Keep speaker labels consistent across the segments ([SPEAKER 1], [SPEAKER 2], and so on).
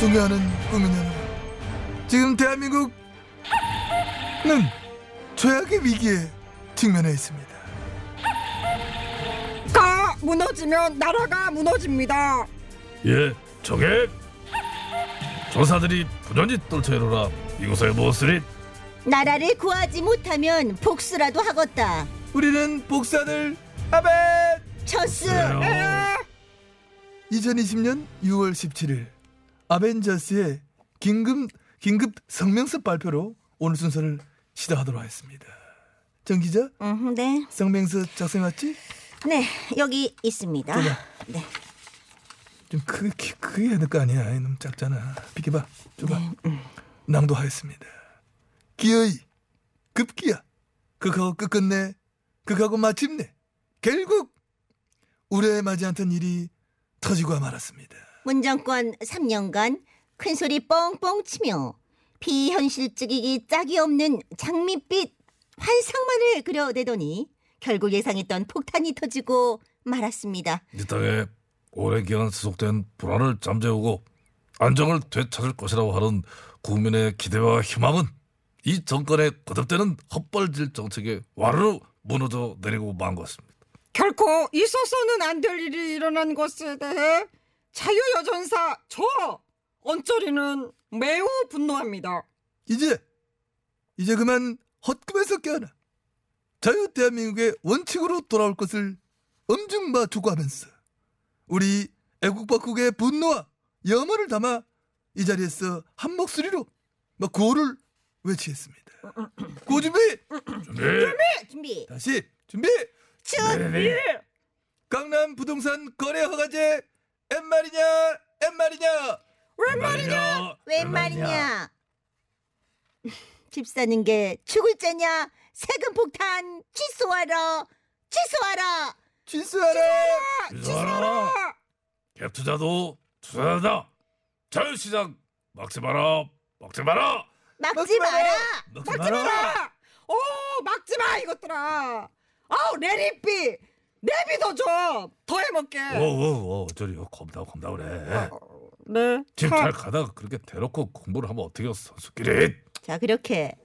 [SPEAKER 1] 중요하는 꿈이냐는 지금 대한민국은 최악의 위기에 직면해 있습니다.
[SPEAKER 2] 가 무너지면 나라가 무너집니다.
[SPEAKER 3] 예, 저게 조사들이 부전지 떨쳐 이르라 이곳에 무엇을
[SPEAKER 4] 나라를 구하지 못하면 복수라도 하겄다.
[SPEAKER 1] 우리는 복사들 아멘.
[SPEAKER 4] 쳤스.
[SPEAKER 3] 있나요?
[SPEAKER 1] 2020년 6월 17일 아벤저스의 긴급 긴급 성명서 발표로 오늘 순서를 시작하도록 하겠습니다. 정 기자,
[SPEAKER 4] 음, 네,
[SPEAKER 1] 성명서 작성 맞지?
[SPEAKER 4] 네 여기 있습니다. 네,
[SPEAKER 1] 좀 크게 키- 크게 해야 될 거 아니야. 아이, 너무 작잖아. 비켜봐. 줘봐.
[SPEAKER 4] 네, 음.
[SPEAKER 1] 낭독하겠습니다. 기어이 급기야 극하고 끝끝내 극하고 마침내 결국 우려에 맞지 않던 일이 터지고 말았습니다.
[SPEAKER 4] 문정권 3년간 큰 소리 뻥뻥 치며 비현실적이기 짝이 없는 장밋빛 환상만을 그려내더니 결국 예상했던 폭탄이 터지고 말았습니다.
[SPEAKER 3] 이 땅에 오랜 기간 지속된 불안을 잠재우고 안정을 되찾을 것이라고 하는 국민의 기대와 희망은 이 정권의 거듭되는 헛발질 정책에 와르르 무너져 내리고 만 것입니다.
[SPEAKER 2] 결코 있어서는 안 될 일이 일어난 것에 대해 자유여전사 저 언저리는 매우 분노합니다.
[SPEAKER 1] 이제 이제 그만 헛꿈에서 깨어나 자유 대한민국의 원칙으로 돌아올 것을 엄중바 주고하면서 우리 애국박국의 분노와 염원을 담아 이 자리에서 한 목소리로 막 구호를 외치겠습니다. 구호 준비
[SPEAKER 3] 준비
[SPEAKER 4] 아, 준비.
[SPEAKER 1] 다시 준비 강남 부동산 거래 허가제 엠 말이냐 엠 말이냐
[SPEAKER 3] 웬 말이냐?
[SPEAKER 4] 웬 말이냐? 집 사는 게 죽을 죄냐? 세금 폭탄 취소하라! 취소하라!
[SPEAKER 1] 취소하라
[SPEAKER 3] 주사라 갭 투자도 투자다. 자유시장 막지 마라 막지 마라
[SPEAKER 4] 막지 마라!
[SPEAKER 3] 막지
[SPEAKER 2] 막지마라! 오 막지마 이것들아! 아우 내리비 내비도 좀더 해먹게.
[SPEAKER 4] 네.
[SPEAKER 3] 오오오 어, 저리 어, 겁나 겁나
[SPEAKER 4] 어,
[SPEAKER 3] 그래.
[SPEAKER 2] 네.
[SPEAKER 3] 지금 잘 가다가 그렇게 대놓고 공부를 하면 어떻게 선수끼리
[SPEAKER 4] 자 그렇게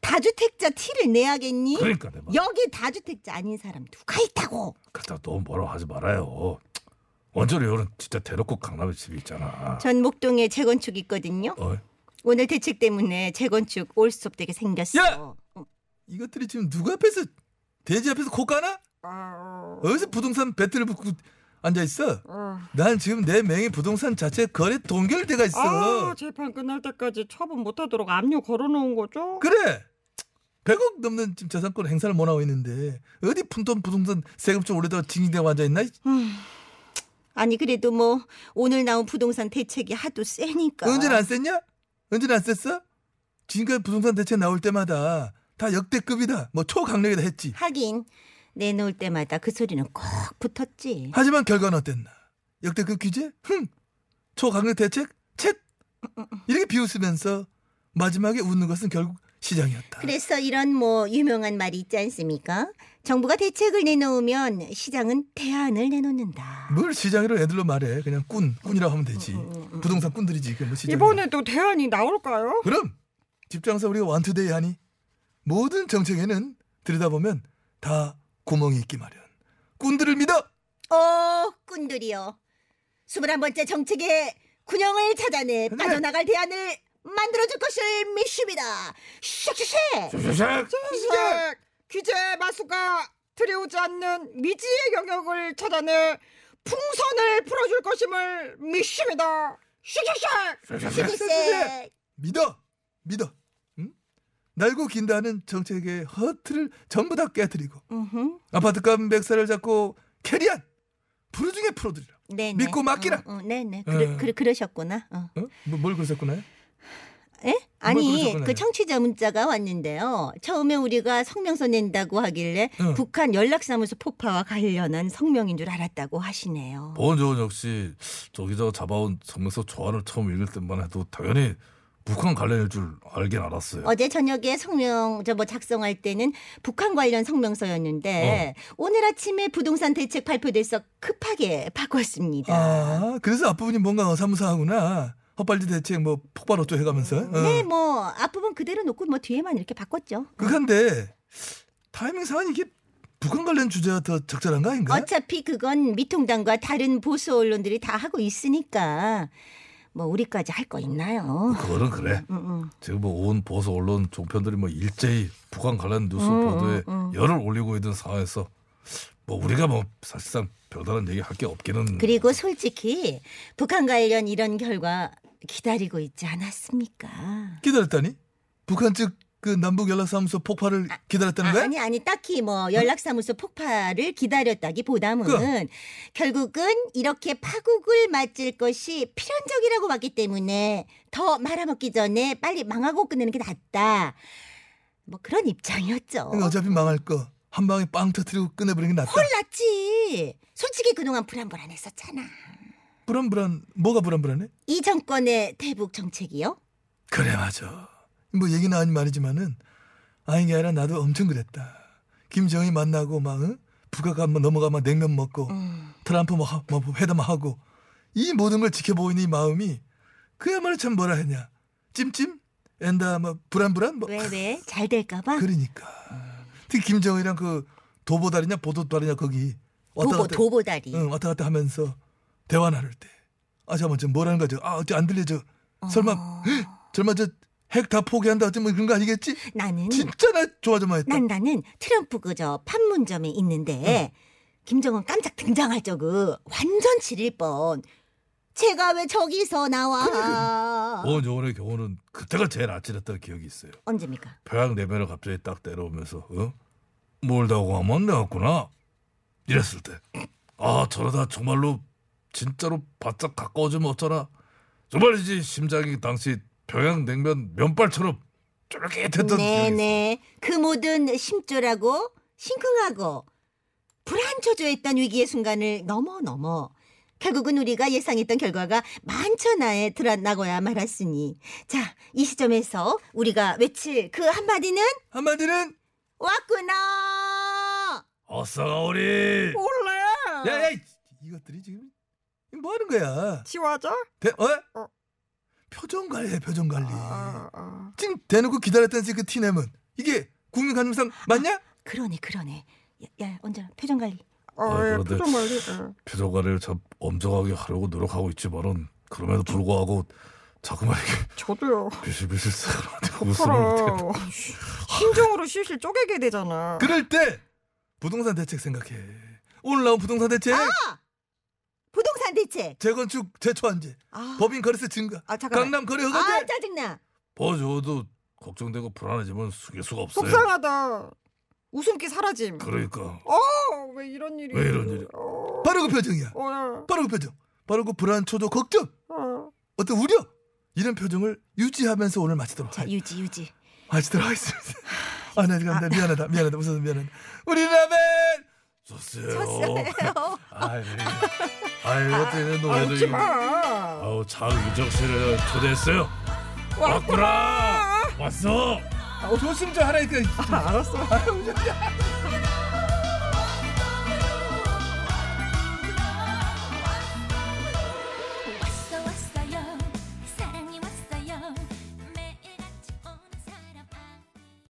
[SPEAKER 4] 다주택자 티를 내야겠니?
[SPEAKER 3] 그러니까 내말
[SPEAKER 4] 여기 다주택자 아닌 사람 누가 있다고?
[SPEAKER 3] 그렇다고 너무 뭐라고 하지 말아요 원조리 요는 진짜 대놓고 강남에 집이 있잖아
[SPEAKER 4] 전 목동에 재건축 있거든요.
[SPEAKER 3] 어?
[SPEAKER 4] 오늘 대책 때문에 재건축 올 수업 되게 생겼어.
[SPEAKER 1] 야! 이것들이 지금 누구 앞에서 돼지 앞에서 코 까나?
[SPEAKER 2] 아,
[SPEAKER 1] 어디서 부동산 배틀을 붙고 앉아 있어?
[SPEAKER 2] 어.
[SPEAKER 1] 난 지금 내 명의 부동산 자체 거래 동결돼가 있어.
[SPEAKER 2] 아, 재판 끝날 때까지 처분 못하도록 압류 걸어놓은 거죠?
[SPEAKER 1] 그래. 100억 넘는 지금 재산권 행사를 못 하고 있는데 어디 푼돈 부동산 세금 좀 올려다가 징징대고 앉아 있나?
[SPEAKER 4] 아니 그래도 뭐 오늘 나온 부동산 대책이 하도 세니까.
[SPEAKER 1] 언제는 안 셌냐? 언제는 안 셌어? 지금까지 부동산 대책 나올 때마다 다 역대급이다. 뭐 초강력이다 했지.
[SPEAKER 4] 하긴 내놓을 때마다 그 소리는 꼭 붙었지.
[SPEAKER 1] 하지만 결과는 어땠나? 역대급 그 규제? 흥! 초강력 대책? 챗! 이렇게 비웃으면서 마지막에 웃는 것은 결국 시장이었다.
[SPEAKER 4] 그래서 이런 뭐 유명한 말이 있지 않습니까? 정부가 대책을 내놓으면 시장은 대안을 내놓는다.
[SPEAKER 1] 뭘 시장이라고 애들로 말해. 그냥 꾼, 꾼이라고 하면 되지.
[SPEAKER 4] 음,
[SPEAKER 1] 부동산 꾼들이지. 그뭐
[SPEAKER 2] 네.
[SPEAKER 1] 시장.
[SPEAKER 2] 이번에도 대안이 나올까요?
[SPEAKER 1] 그럼 집장사 우리가 완투데이 하니 모든 정책에는 들여다보면 다 구멍이 있기 마련. 꾼들을 믿어.
[SPEAKER 4] 어, 꾼들이요. 21번째 정책에 군형을 찾아내
[SPEAKER 1] 네.
[SPEAKER 4] 빠져나갈 대안을 만들어줄 것을 믿습니다. 쉑쉑쉑!
[SPEAKER 3] 주주색
[SPEAKER 2] 이게 규제 마수가 들여오지 않는 미지의 영역을 찾아내 풍선을 풀어줄 것임을 믿습니다. 슉슉슉!
[SPEAKER 4] 쉑쉑쉑!
[SPEAKER 1] 믿어. 믿어. 응? 날고 긴다는 정책의 허트를 전부 다 깨뜨리고
[SPEAKER 4] 음흠.
[SPEAKER 1] 아파트값 맥살을 잡고 캐리안 부르중에 풀어드리라.
[SPEAKER 4] 네네.
[SPEAKER 1] 믿고 맡기라.
[SPEAKER 4] 어, 어, 네네.
[SPEAKER 1] 어.
[SPEAKER 4] 그러, 그러, 그러셨구나. 어.
[SPEAKER 1] 어? 뭐, 뭘 그러셨구나?
[SPEAKER 4] 에? 예? 아니
[SPEAKER 1] 그러셨구나.
[SPEAKER 4] 그 청취자 문자가 왔는데요. 처음에 우리가 성명서 낸다고 하길래
[SPEAKER 1] 어.
[SPEAKER 4] 북한 연락사무소 폭파와 관련한 성명인 줄 알았다고 하시네요.
[SPEAKER 1] 뭐,
[SPEAKER 3] 보은정은 역시 저기저 잡아온 성명서 조안을 처음 읽을 때만 해도 당연히 북한 관련일 줄 알긴 알았어요.
[SPEAKER 1] 뭐.
[SPEAKER 4] 어제 저녁에 성명 저 뭐 작성할 때는 북한 관련 성명서였는데
[SPEAKER 1] 어.
[SPEAKER 4] 오늘 아침에 부동산 대책 발표돼서 급하게 바꿨습니다.
[SPEAKER 1] 아, 그래서 앞부분이 뭔가 어사무사하구나. 헛발질 대책 뭐 폭발 어쩌 해가면서. 어.
[SPEAKER 4] 네, 뭐 앞부분 그대로 놓고 뭐 뒤에만 이렇게 바꿨죠.
[SPEAKER 1] 그건데 타이밍상은 이게 북한 관련 주제가 더 적절한 거 아닌가?
[SPEAKER 4] 어차피 그건 미통당과 다른 보수 언론들이 다 하고 있으니까 뭐 우리까지 할 거 있나요?
[SPEAKER 3] 그거는 그래.
[SPEAKER 4] 음, 음.
[SPEAKER 3] 지금 뭐 온 보수 언론 종편들이 뭐 일제히 북한 관련 뉴스
[SPEAKER 4] 음,
[SPEAKER 3] 보도에
[SPEAKER 4] 음, 음.
[SPEAKER 3] 열을 올리고 있는 상황에서 뭐 우리가 뭐 사실상 별다른 얘기할 게 없기는
[SPEAKER 4] 그리고 솔직히 북한 관련 이런 결과 기다리고 있지 않았습니까?
[SPEAKER 1] 기다렸다니? 북한 측 그 남북 연락사무소 폭발을 기다렸다는
[SPEAKER 4] 아,
[SPEAKER 1] 거야?
[SPEAKER 4] 아니 아니 딱히 뭐 연락사무소 폭파를 기다렸다기보다는
[SPEAKER 1] 그럼.
[SPEAKER 4] 결국은 이렇게 파국을 맞을 것이 필연적이라고 봤기 때문에 더 말아먹기 전에 빨리 망하고 끝내는 게 낫다. 뭐 그런 입장이었죠.
[SPEAKER 1] 그러니까 어차피 망할 거 한 방에 빵 터뜨리고 끝내버리는 게 낫다.
[SPEAKER 4] 홀랐지. 솔직히 그동안 불안불안했었잖아.
[SPEAKER 1] 불안불안 뭐가 불안불안해?
[SPEAKER 4] 이 정권의 대북 정책이요?
[SPEAKER 1] 그래 맞아. 뭐 얘기 나온 말이지만은 아닌 게 아니라 나도 엄청 그랬다. 김정희 만나고 막 응? 북한 한번 넘어가 막 냉면 먹고
[SPEAKER 4] 음.
[SPEAKER 1] 트럼프 뭐, 하- 뭐 회담하고 이 모든 걸 지켜보고 있는 이 마음이 그야말로 참 뭐라 했냐 찜찜 엔다 뭐 불안불안 뭐
[SPEAKER 4] 왜 왜? 잘 될까봐?
[SPEAKER 1] 그, 그러니까 특히 김정희랑 그 도보다리냐 보도다리냐 거기 왔다
[SPEAKER 4] 도보
[SPEAKER 1] 갔다
[SPEAKER 4] 도보다리.
[SPEAKER 1] 응, 왔다 갔다 하면서 대화 나눌 때. 아, 잠깐만, 저 뭐라는 거죠? 아, 어째 안 들려, 저. 설마, 헉, 설마 저 핵 다 포기한다, 어째 뭐 그런 거 아니겠지?
[SPEAKER 4] 나는
[SPEAKER 1] 진짜 나 조마조마했다.
[SPEAKER 4] 난 나는 트럼프 그저 판문점에 있는데 김정은 깜짝 등장할 적은 완전 지릴 뻔. 제가 왜 저기서 나와?
[SPEAKER 3] 보은정원의 경우는 그때가 제일 아찔했던 기억이 있어요.
[SPEAKER 4] 언제입니까?
[SPEAKER 3] 평양 내면을 갑자기 딱 때려오면서 어? 몰다고 하면 내갔구나 이랬을 때아 저러다 정말로 진짜로 바짝 가까워지면 어쩌나 정말이지 심장이 당시 평양 냉면 면발처럼 쫄깃했던 기억이 있어요.
[SPEAKER 4] 네네 그 모든 심조라고 심쿵하고 불안 초조했던 위기의 순간을 넘어 넘어 결국은 우리가 예상했던 결과가 만천하에 드러나고야 말았으니 자 이 시점에서 우리가 외칠 그 한마디는
[SPEAKER 1] 한마디는,
[SPEAKER 4] 왔구나.
[SPEAKER 3] 어서가오리
[SPEAKER 2] 올래.
[SPEAKER 1] 야, 야, 이- 이것들이 지금 뭐 하는 거야?
[SPEAKER 2] 지워져?
[SPEAKER 1] 대, 어? 아.
[SPEAKER 2] 어.
[SPEAKER 1] 표정 관리해, 표정 관리.
[SPEAKER 2] 어, 어.
[SPEAKER 1] 지금 대놓고 기다렸다는 그 티내면 이게 국민 감정상 맞냐?
[SPEAKER 4] 그러네 그러네 야, 야 언제 표정 관리
[SPEAKER 2] 어,
[SPEAKER 3] 아,
[SPEAKER 2] 예,
[SPEAKER 3] 그런데-
[SPEAKER 2] 표정 관리. 어.
[SPEAKER 3] 표정관리를 참 엄정하게 하려고 노력하고 있지만은 그럼에도 불구하고 자꾸만 이렇게
[SPEAKER 2] 저도요.
[SPEAKER 3] 비실비실 쓰고
[SPEAKER 2] 어,
[SPEAKER 3] 웃음을
[SPEAKER 2] 서로 신중으로 실실 쪼개게 되잖아.
[SPEAKER 1] 그럴 때 부동산 대책 생각해. 오늘 나온 부동산 대책,
[SPEAKER 4] 부동산 대책
[SPEAKER 1] 재건축, 재초안제,
[SPEAKER 2] 아,
[SPEAKER 1] 법인 거래세 증가,
[SPEAKER 2] 아 잠깐. 만
[SPEAKER 1] 강남 거래 허가제.
[SPEAKER 4] 아 짜증나
[SPEAKER 3] 보여줘도 뭐 걱정되고 불안해지면 숙일 수가 없어요
[SPEAKER 2] 속상하다. 웃음기 사라짐.
[SPEAKER 3] 그러니까
[SPEAKER 2] 어, 왜 이런 일이?
[SPEAKER 3] 왜 이런 일이?
[SPEAKER 2] 어,
[SPEAKER 1] 바로 그 표정이야.
[SPEAKER 2] 어, 야.
[SPEAKER 1] 바로 그 표정. 바로 그 불안, 초조, 걱정,
[SPEAKER 2] 어.
[SPEAKER 1] 어떤 우려 이런 표정을 유지하면서 오늘 마치도록
[SPEAKER 4] 자
[SPEAKER 1] 하,
[SPEAKER 4] 유지 유지
[SPEAKER 1] 마치도록 하겠습니다. 아, 나 지금 나 미안하다, 미안하다, 웃어서 미안하다. 우리 라멘.
[SPEAKER 3] 졌어요 아유, 아유, 어떻게 노래도
[SPEAKER 2] 웃지
[SPEAKER 3] 이거.
[SPEAKER 2] 마.
[SPEAKER 3] 아우, 장유정 씨를 초대했어요. 왔구나. 왔어.
[SPEAKER 1] 아, 조심 좀 하라니까.
[SPEAKER 2] 알았어.
[SPEAKER 1] 아, 조심 좀.